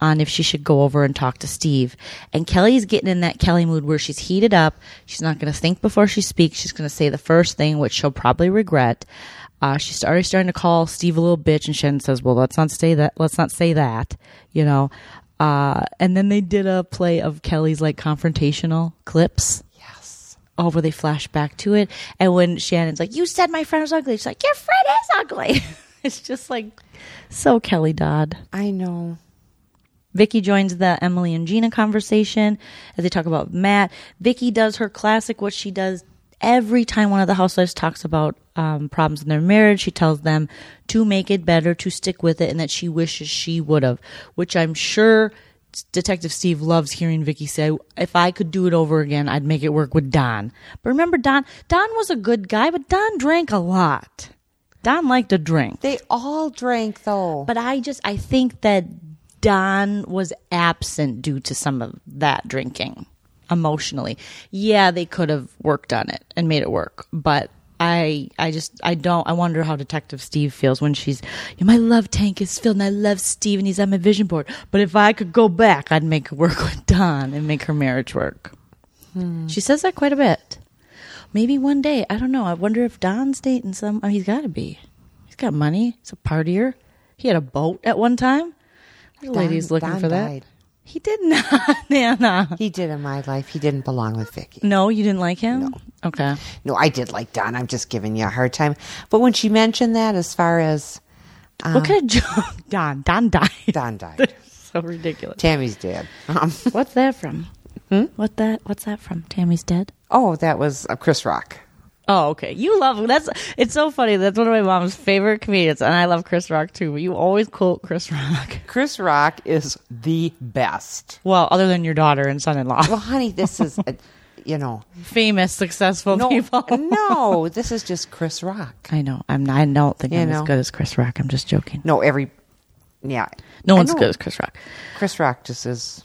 on if she should go over and talk to Steve. And Kelly's getting in that Kelly mood where she's heated up. She's not going to think before she speaks. She's going to say the first thing, which she'll probably regret. Uh, she's already starting to call Steve a little bitch, and Shannon says, "Well, let's not say that. Let's not say that." You know. Uh, and then they did a play of Kelly's like confrontational clips
Yes.
oh, where they flash back to it. And when Shannon's like, "You said my friend was ugly," she's like, "Your friend is ugly." *laughs* it's just like so Kelly Dodd.
I know.
Vicky joins the Emily and Gina conversation as they talk about Matt. Vicky does her classic, what she does every time one of the housewives talks about um, problems in their marriage. She tells them to make it better, to stick with it, and that she wishes she would have, which I'm sure Detective Steve loves hearing Vicky say, if I could do it over again, I'd make it work with Don. But remember, Don, Don was a good guy, but Don drank a lot. Don liked to drink.
They all drank though.
But I just I think that Don was absent due to some of that drinking emotionally. Yeah, they could have worked on it and made it work, but I I just I don't I wonder how Detective Steve feels when she's my love tank is filled and I love Steve and he's on my vision board. But if I could go back, I'd make it work *laughs* with Don and make her marriage work. She says that quite a bit. Maybe one day, I don't know. I wonder if Don's dating some. Oh, he's got to be. He's got money. He's a partier. He had a boat at one time. The
Don-
lady's looking
Don
for
died.
that. He did not, *laughs* Nana.
He did in my life. He didn't belong with Vicky.
No, you didn't like him? Okay.
No, I did like Don. I'm just giving you a hard time. But when she mentioned that, as far as
what kind of job? *laughs* Don. Don died.
Uh, Don *laughs* died,
*laughs* so ridiculous.
Tammy's dad. Um,
What's that from?
Hmm?
What that? What's that from? Tammy's dead.
oh, that was uh, Chris Rock.
Oh, okay. You love that's. It's so funny. That's one of my mom's favorite comedians, and I love Chris Rock too. But you always quote Chris Rock.
Chris Rock is the best.
Well, other than your daughter and son-in-law,
Well, honey, this is, a, you know,
*laughs* famous, successful
no,
people.
no, this is just Chris Rock.
*laughs* I know. I'm. I don't think
You
I'm as
know.
good as Chris Rock. I'm just joking.
No, every, yeah,
No
I
one's
know.
good as Chris Rock.
Chris Rock just is.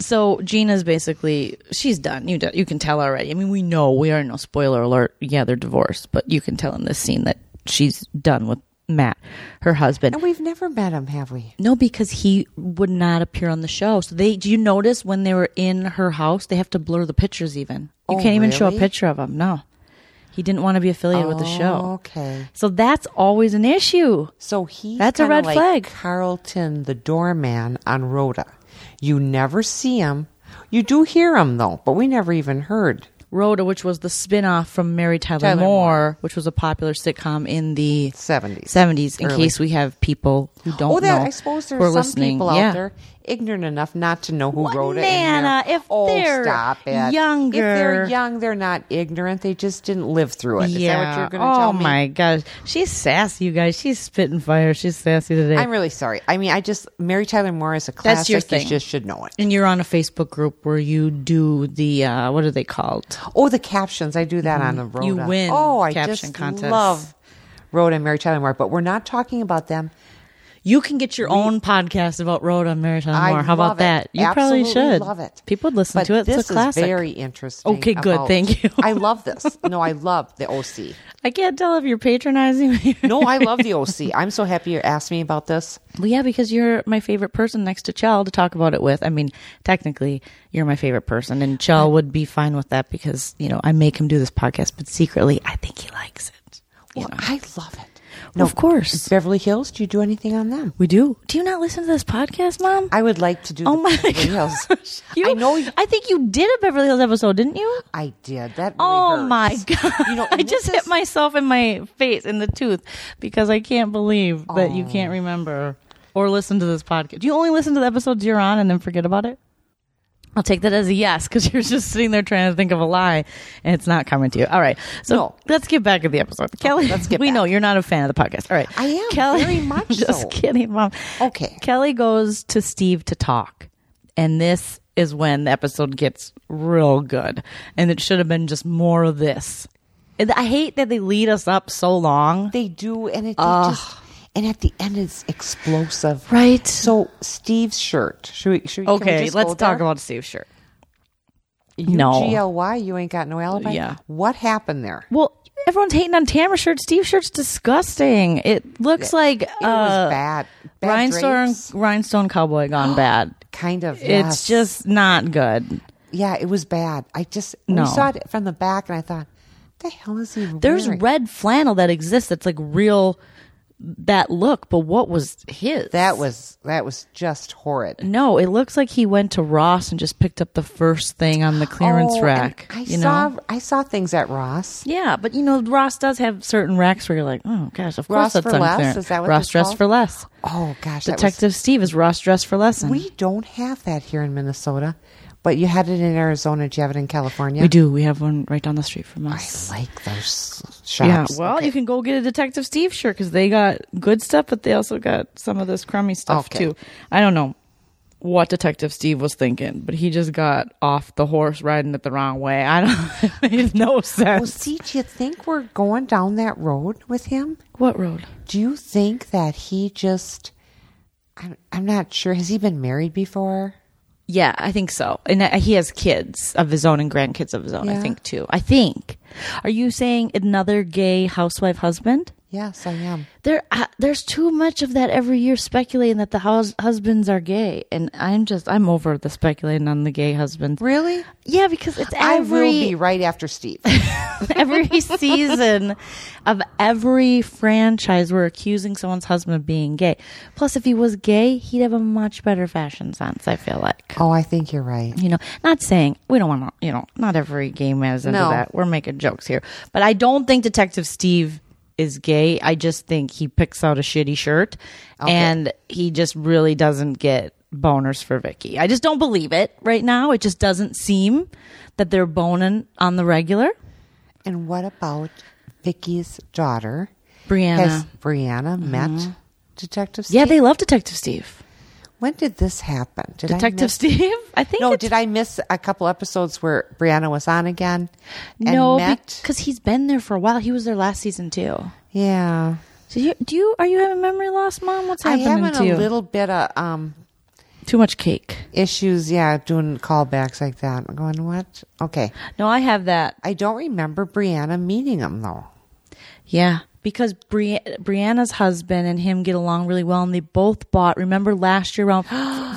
So Gina's basically she's done. You do, you can tell already. I mean, we know we are no spoiler alert. Yeah, they're divorced, but you can tell in this scene that she's done with Matt, her husband.
And we've never met him, have we?
No, because he would not appear on the show. So they do you notice when they were in her house, they have to blur the pictures even. You
Oh,
can't even show a
really?
picture of him. No. He didn't want to be affiliated with the show.
Oh, Okay.
So that's always an issue.
So he's
That's a
kinda
red
like
flag.
Carlton, the doorman on Rhoda. You never see him. You do hear him though, but we never even heard.
Rhoda, which was the spin-off from Mary Tyler,
Tyler
Moore,
Moore.
which was a popular sitcom in the
70s.
70s in
Early.
case we have people who don't
oh, that
know.
I suppose
who are
there's some
listening.
people
yeah.
out there ignorant enough not to know who
What,
Rhoda
Nana,
and Mary-
if
oh,
they're
stop it.
younger-
if they're young, they're not ignorant. They just didn't live through it. Is that what you're going to
oh
tell me?
my gosh. She's sassy, you guys. She's spitting fire. She's sassy today.
I'm really sorry. I mean, I just Mary Tyler Moore is a classic.
That's your thing.
You just should know it.
And you're on a Facebook group where you do the uh, what are they called?
Oh, the captions. I do that on the Rhoda.
Mm-hmm. You win
Oh, I
caption
just
contests.
love Rhoda and Mary Tyler Moore, but we're not talking about them.
You can get your own podcast about Rhoda Maritime
I
Moore. How
love
about that?
it.
You probably
Absolutely
should.
love it.
People would listen
But
to it.
This
it's a classic.
is very interesting.
Okay, good.
about-
Thank you.
*laughs* I love this. No, I love the OC.
I can't tell if you're patronizing me.
No, I love
*laughs*
the OC. I'm so happy you asked me about this.
Well, yeah, because you're my favorite person next to Chell to talk about it with. I mean, technically, you're my favorite person, and Chell would be fine with that because you know I make him do this podcast, but secretly, I think he likes it. You
Well,
know?
I love it.
of course,
Beverly Hills, do you do anything on them?
we do. Do you not listen to this podcast, Mom?
I would like to do
oh
the
my *laughs*
Beverly
gosh!
Hills.
You,
I know
I think you did a Beverly Hills episode, didn't you?
I did. That really
Oh
hurts.
my god!
You know,
*laughs* I
and
just
this
hit
is-
myself in my face in the tooth because I can't believe that you can't remember or listen to this podcast. Do you only listen to the episodes you're on and then forget about it? I'll take that as a yes because *laughs* you're just sitting there trying to think of a lie and it's not coming to you. All right, so
No.
let's get back to the episode, Kelly.
let's get
We
back.
know you're not a fan of the podcast. All right,
I am,
Kelly.
very
*laughs*
much
just
so.
kidding, mom.
Okay.
Kelly goes to Steve to talk. And this is when the episode gets real good. And it should have been just more of this. And I hate that they lead us up so long.
They do, and it they just and at the end it's explosive,
Right.
So Steve's shirt. Should we? Should we can we
Okay,
just
let's
go
talk
there?
about Steve's shirt.
You
No.
GLY. You ain't got no alibi.
Yeah.
What happened there?
Well, everyone's hating on Tamara's shirt. Steve's shirt's disgusting. It looks like
It
uh,
was bad. Bad
rhinestone,
drapes,
rhinestone cowboy
*gasps*
gone bad.
kind of.
It's
yes.
just not good.
yeah. It was bad. I just
No.
we saw it from the back, and I thought, the hell is he?
There's
wearing?
red flannel that exists that's like real that look, but what was his?
That was that was just horrid.
No, it looks like he went to Ross and just picked up the first thing on the clearance
Oh, and
rack.
I
you
saw
know?
I saw things at Ross.
Yeah, but you know, Ross does have certain racks where you're like, oh gosh, of course
Ross
that's
for
on
Less?
clearance.
Is that what
Ross
it's
dress
called?
for less?
Oh gosh, that was
Detective Steve is Ross dress for less.
We don't have that here in Minnesota, but you had it in Arizona. Do you have it in California?
we do. We have one right down the street from
I
us.
like those
Yeah.
shops.
Well, you can go get a Detective Steve shirt because they got good stuff, but they also got some of this crummy stuff
Okay.
too. I don't know what Detective Steve was thinking, but he just got off the horse riding it the wrong way. I don't. *laughs* it made no sense.
Well, see, do you think we're going down that road with him?
What road?
Do you think that he just? I'm, I'm not sure. Has he been married before?
Yeah, I think so. And uh, he has kids of his own and grandkids of his own, I
Yeah.
think too. I think. Are you saying another gay housewife husband?
Yes, I am.
There, uh, there's too much of that every year speculating that the hus- husbands are gay, and I'm just I'm over the speculating on the gay husbands.
Really?
Yeah, because it's
I will
every
be right after Steve.
*laughs* every season of every franchise we're accusing someone's husband of being gay. Plus, if he was gay, he'd have a much better fashion sense. I feel like.
oh, I think you're right.
You know, not saying we don't want to, you know, not every gay man is into
No.
that. We're making jokes here. But I don't think Detective Steve is gay. I just think he picks out a shitty shirt and he just really doesn't get boners for Vicky. I just don't believe it right now. It just doesn't seem that they're boning on the regular.
And what about Vicky's daughter?
Brianna. Mm-hmm.
Has Brianna met Detective Steve?
Yeah, they love Detective Steve.
When did this happen? Did I
Detective
miss-
Steve? *laughs* I think
No,
it's-
did I miss a couple episodes where Brianna was on again? And
no,
met?
because he's been there for a while. He was there last season too.
yeah,
So you, do you are you having memory loss, Mom? What's
I
happening
am having
to you?
a little bit of um,
Too much cake.
issues. Yeah, doing callbacks like that. I'm going what? Okay,
No, I have that.
I don't remember Brianna meeting him though.
Yeah. Because Bri- Brianna's husband and him get along really well, and they both bought. Remember last year
*gasps*
around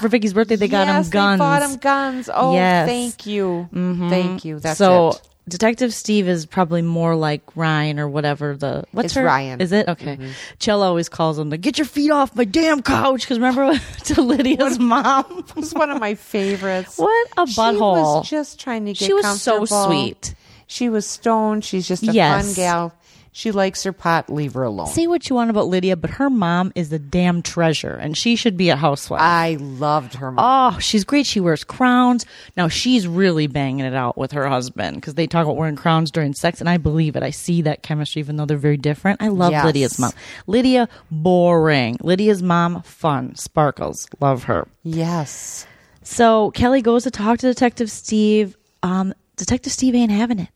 for Vicky's birthday, they got
yes,
him guns.
They bought him guns. Oh,
Yes. Mm-hmm.
thank you, thank you. That's
so
it.
Detective Steve is probably more like Ryan or whatever the what's
It's
her
Ryan. Mm-hmm.
Is it okay? Chell always calls him the get your feet off my damn couch because remember *laughs* to Lydia's mom. *laughs*
It was one of my favorites.
What a
She
butthole.
was just trying to get
She was so
comfortable.
sweet.
She was stoned. She's just a
Yes.
fun gal. She likes her pot. Leave her alone.
Say what you want about Lydia, but her mom is a damn treasure, and she should be a housewife.
I loved her mom.
Oh, she's great. She wears crowns. Now she's really banging it out with her husband because they talk about wearing crowns during sex, and I believe it. I see that chemistry, even though they're very different. I love
Yes.
Lydia's mom. Lydia, boring. Lydia's mom, fun. Sparkles. Love her.
yes.
So Kelly goes to talk to Detective Steve. Um, Detective Steve ain't having it.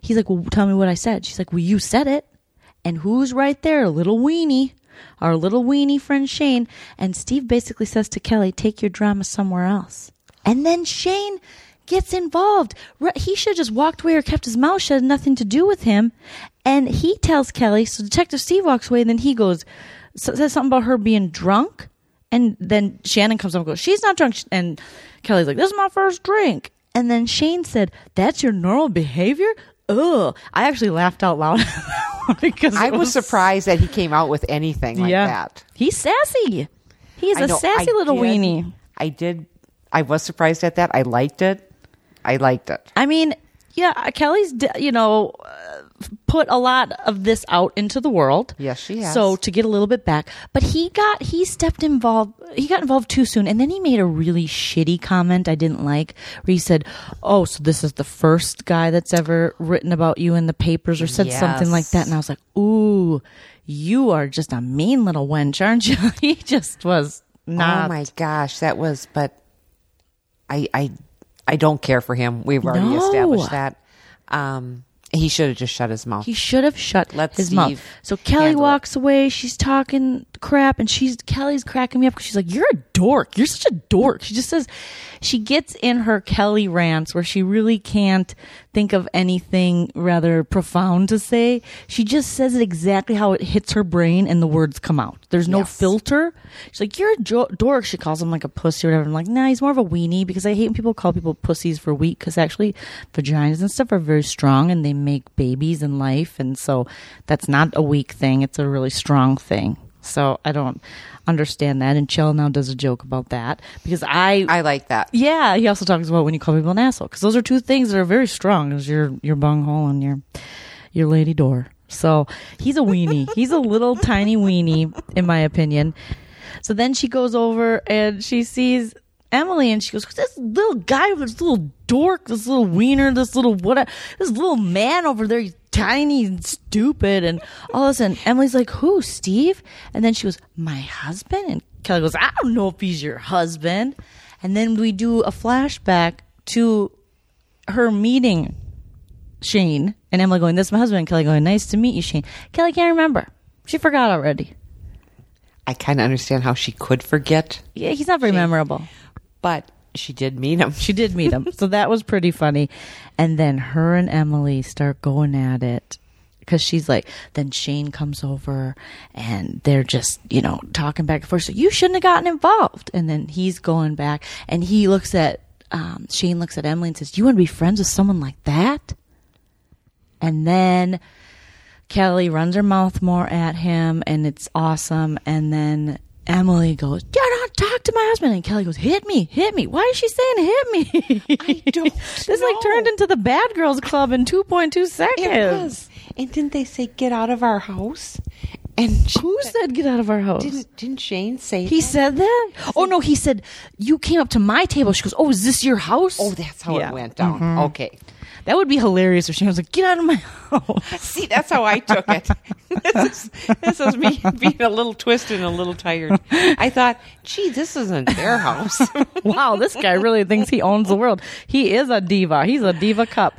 He's like, Well, tell me what I said. She's like, Well, you said it. And who's right there? Little weenie. Our little weenie friend Shane. And Steve basically says to Kelly, Take your drama somewhere else. And then Shane gets involved. Re- He should have just walked away or kept his mouth shut, had nothing to do with him. And he tells Kelly, so Detective Steve walks away, and then he goes, so- says something about her being drunk. And then Shannon comes up and goes, She's not drunk. And Kelly's like, This is my first drink. And then Shane said, That's your normal behavior? Ugh. I actually laughed out loud *laughs* because
I
it
was surprised that he came out with anything like
yeah.
that.
He's sassy. He's
I
a
know-
sassy
I
little
did-
weenie.
I did. I was surprised at that. I liked it. I liked it.
I mean, yeah, uh, Kelly's, d- you know, uh, put a lot of this out into the world.
Yes, she has.
So to get a little bit back, but he got he stepped involved. He got involved too soon, and then he made a really shitty comment I didn't like, where he said, "Oh, so this is the first guy that's ever written about you in the papers or said something like that," and I was like, "Ooh, you are just a mean little wench, aren't you?" *laughs* he just was not.
Oh my gosh, that was. But I, I, I don't care for him. We've already
No.
established that. Um, he should have just shut his mouth.
He should have shut
Let
his
Steve
mouth. So Kelly
handle it.
walks away. She's talking crap, and she's Kelly's cracking me up because she's like, "You're a dork. You're such a dork." She just says, she gets in her Kelly rants where she really can't think of anything rather profound to say. She just says it exactly how it hits her brain, and the words come out. There's no
Yes.
filter. She's like, "You're a jo- dork." She calls him like a pussy or whatever. I'm like, "Nah, he's more of a weenie because I hate when people call people pussies for weak because actually vaginas and stuff are very strong and they make babies in life, and so that's not a weak thing. It's a really strong thing. So I don't understand that. And Chell now does a joke about that because I.
I like that.
yeah, he also talks about when you call people an asshole because those are two things that are very strong. Is your your bunghole and your your lady door. So he's a weenie. *laughs* he's a little tiny weenie, in my opinion. So then she goes over and she sees Emily and she goes, This little guy, this little dork, this little wiener, this little what, this little man over there, he's tiny and stupid. And all of a sudden, Emily's like, Who, Steve? And then she goes, My husband? And Kelly goes, I don't know if he's your husband. And then we do a flashback to her meeting Shane and Emily going, This is my husband. And Kelly going, Nice to meet you, Shane. Kelly can't remember. She forgot already.
I kind of understand how she could forget,
Yeah, he's not very memorable.
but she did meet him.
She did meet him. so that was pretty funny. And then her and Emily start going at it. because she's like, then Shane comes over and they're just, you know, talking back and forth. So you shouldn't have gotten involved. And then he's going back and he looks at, um, Shane looks at Emily and says, You want to be friends with someone like that? And then Kelly runs her mouth more at him, and it's awesome. And then Emily goes, "Yeah, no, talk to my husband." And Kelly goes, "Hit me, hit me." Why is she saying "hit me"? I
don't
*laughs* this
know.
like turned into the Bad Girls Club in two point two seconds.
It was. And didn't they say get out of our house? And she,
Who said get out of our house?
didn't didn't Shane say
he
that?
said that? Oh no, he said you came up to my table. She goes, "Oh, is this your house?"
Oh, that's how
Yeah. Mm-hmm.
it went down. Okay.
That would be hilarious if she was like, "Get out of my *laughs* house."
See, that's how I took it. *laughs* this, is, this is me *laughs* being a little twisted and a little tired. I thought, gee, this isn't their house. *laughs*
*laughs* wow, this guy really thinks he owns the world. He is a diva. He's a diva cup.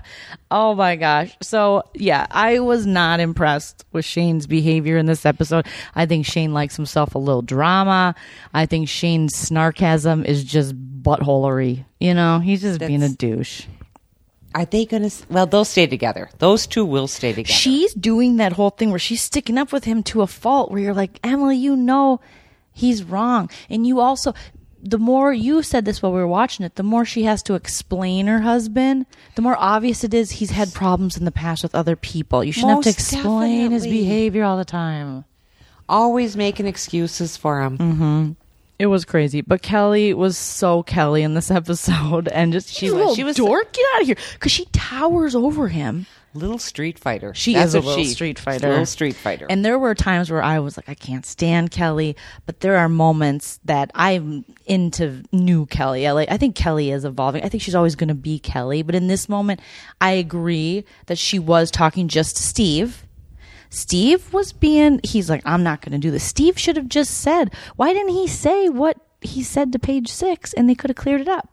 Oh my gosh. So, yeah, I was not impressed with Shane's behavior in this episode. I think Shane likes himself a little drama. I think Shane's snarkasm is just buttholery. You know, he's just being a
That's-
douche.
Are they going to? Well, they'll stay together. Those two will stay together.
She's doing that whole thing where she's sticking up with him to a fault where you're like, Emily, you know he's wrong. And you also, the more you said this while we were watching it, the more she has to explain her husband, the more obvious it is he's had problems in the past with other people. You shouldn't have to
Most
explain his
definitely.
behavior all the time.
always making excuses for him.
Mm-hmm. It was crazy, but Kelly was so Kelly in this *laughs* episode, and just she
was-
was
she was-
dork. Get out of here, because she towers over him.
Little street fighter.
She
That's
is a
what
little
she-
street
she's a
fighter.
Little street fighter.
And there were times where I was like, I can't stand Kelly, but there are moments that I'm into new Kelly. I like I think Kelly is evolving. I think she's always gonna be Kelly, but in this moment I agree that she was talking just to Steve. Steve was being he's like, I'm not gonna do this. Steve should have just said, why didn't he say what he said to page six and they could have cleared it up?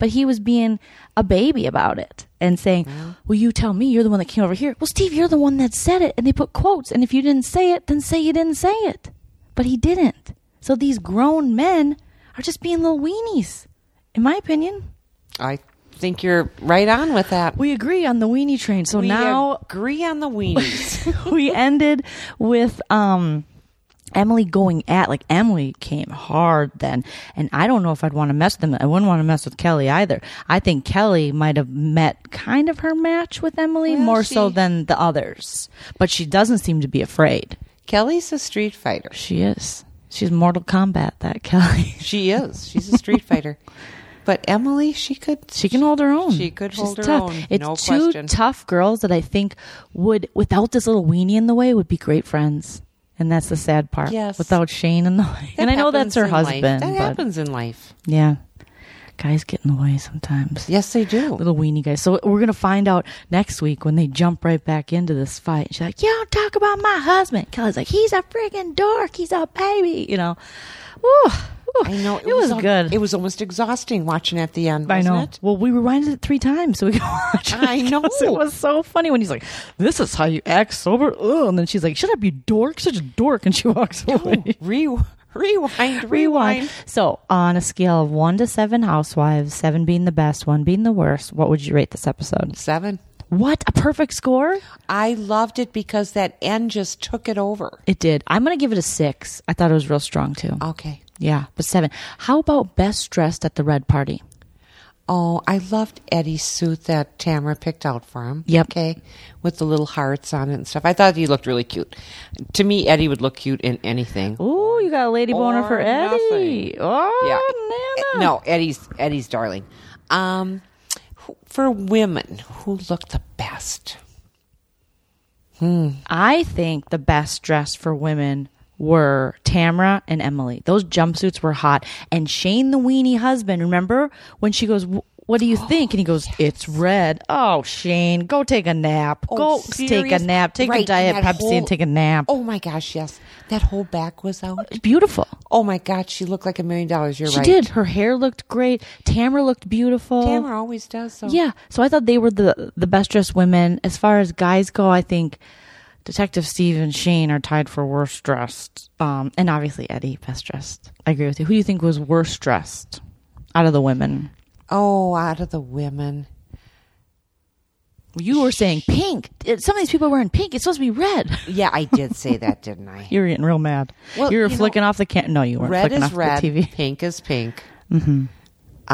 but he was being a baby about it and saying, "Well, you tell me. You're the one that came over here. Well, Steve, you're the one that said it." And they put quotes. And if you didn't say it, then say you didn't say it. But he didn't. So these grown men are just being little weenies, in my opinion.
I think you're right on with that.
We agree on the weenie train. So
We
now
agree on
*laughs*
the weenies.
we ended with um Emily going at like Emily came hard then, and I don't know if I'd want to mess with them. I wouldn't want to mess with Kelly either. I think Kelly might have met kind of her match with Emily
Well,
more so
she-
than the others, but she doesn't seem to be afraid.
Kelly's a street fighter.
She is. She's Mortal Kombat. That *laughs* Kelly.
She is. She's a
*laughs*
street fighter. But Emily, she could.
She can hold her own.
She could
She's
hold her
tough.
own.
It's
no
two
question.
tough girls that I think would, without this little weenie in the way, would be great friends. And that's the sad part.
Yes.
Without Shane in the way.
That
and I know that's
happens
her
in life.
husband.
That
but
happens in life.
Yeah. Guys get in the way sometimes.
Yes, they do.
Little weenie guys. So we're gonna find out next week when they jump right back into this fight. She's like, "You don't talk about my husband." Kelly's like, "He's a freaking dork. He's a baby." You know. Ooh, ooh.
I know
It, was,
al-
good.
It was almost exhausting watching at the end.
I
wasn't
know.
It?
Well, we rewinded it three times so we could *laughs* watch. it
I know.
because It was so funny when he's like, "This is how you act sober," Ugh. and then she's like, "Shut up, you dork! Such a dork!" And she walks away. *laughs*
Re- rewind,
Rewind.
rewind.
So, on a scale of one to seven housewives, seven being the best, one being the worst, what would you rate this episode?
Seven.
What a perfect score!
I loved it because that end just took it over.
It did. I'm gonna give it a six. I thought it was real strong too.
Okay.
yeah, but seven. How about best dressed at the red party?
Oh, I loved Eddie's suit that Tamara picked out for him.
Yep.
Okay. With the little hearts on it and stuff. I thought he looked really cute. To me, Eddie would look cute in anything.
Ooh, you got a lady boner for
Or
Eddie.
nothing.
Oh,
Eh,
Nana.
No, Eddie's Eddie's darling. Um, who- for women, who looked the best?
I think the best dressed for women were Tamra and Emily. Those jumpsuits were hot. And Shane, the weenie husband, remember when she goes, "Wh- What do
Oh,
you think? And he goes, It's red. Oh, Shane, go take a nap. go take a
Oh, serious?
nap. Take
Right,
a diet
that
Pepsi
whole-
and take a nap.
Oh my gosh, yes. That whole back was out.
It's beautiful.
Oh my god, she looked like a million dollars. You're
She
right.
did. Her hair looked great. Tamra looked beautiful.
Tamara always does so.
Yeah. So I thought they were the the best dressed women. As far as guys go, I think Detective Steve and Shane are tied for worst dressed. Um, and obviously Eddie best dressed. I agree with you. Who do you think was worst dressed out of the women?
Oh, out of the women.
You were saying pink. It- Some of these people are wearing pink. It's supposed to be red. *laughs*
Yeah, I did say that, didn't I?
You were getting real mad.
Well,
you were
you know,
flicking off the can. No, you weren't
red
flicking
is
off
red,
the TV.
pink is pink. Mm-hmm.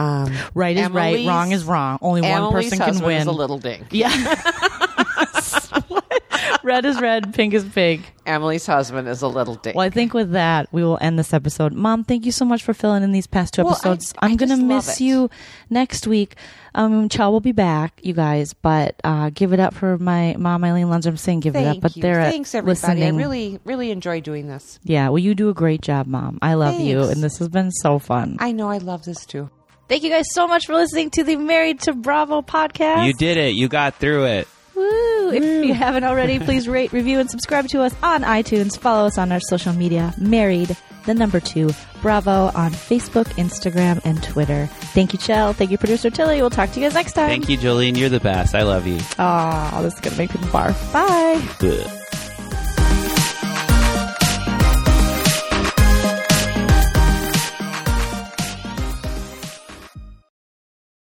Um,
*laughs* Right is right.
Emily's-
Wrong is wrong. Only one
Emily's
person can
husband
win.
Is a little dink.
yeah. *laughs* red is red. Pink is pink.
Emily's husband is a little dink.
Well, I think with that, we will end this episode. Mom, thank you so much for filling in these past two
Well, I-
episodes.
I
am going to
just love
miss
it.
you next week. Um, Chow will be back, you guys, but uh, give it up for my mom, Eileen Lundrum Singh. Give it
Thank
up. But
you.
they're uh,
Thanks, everybody.
listening.
I really, really enjoy doing this.
yeah, well, you do a great job, Mom. I love you,
Thanks.
and this has been so fun.
I know I love this too.
Thank you guys so much for listening to the Married to Bravo podcast.
You did it. You got through it.
Woo! If you haven't *laughs* already, please rate, review, and subscribe to us on iTunes. Follow us on our social media, Married, the number two, Bravo, on Facebook, Instagram, and Twitter. Thank you, Chell. Thank you, producer Tilly. We'll talk to you guys next time.
Thank you, Jolene. You're the best. I love you.
Aw, this is going to make me barf. Bye.
Ugh.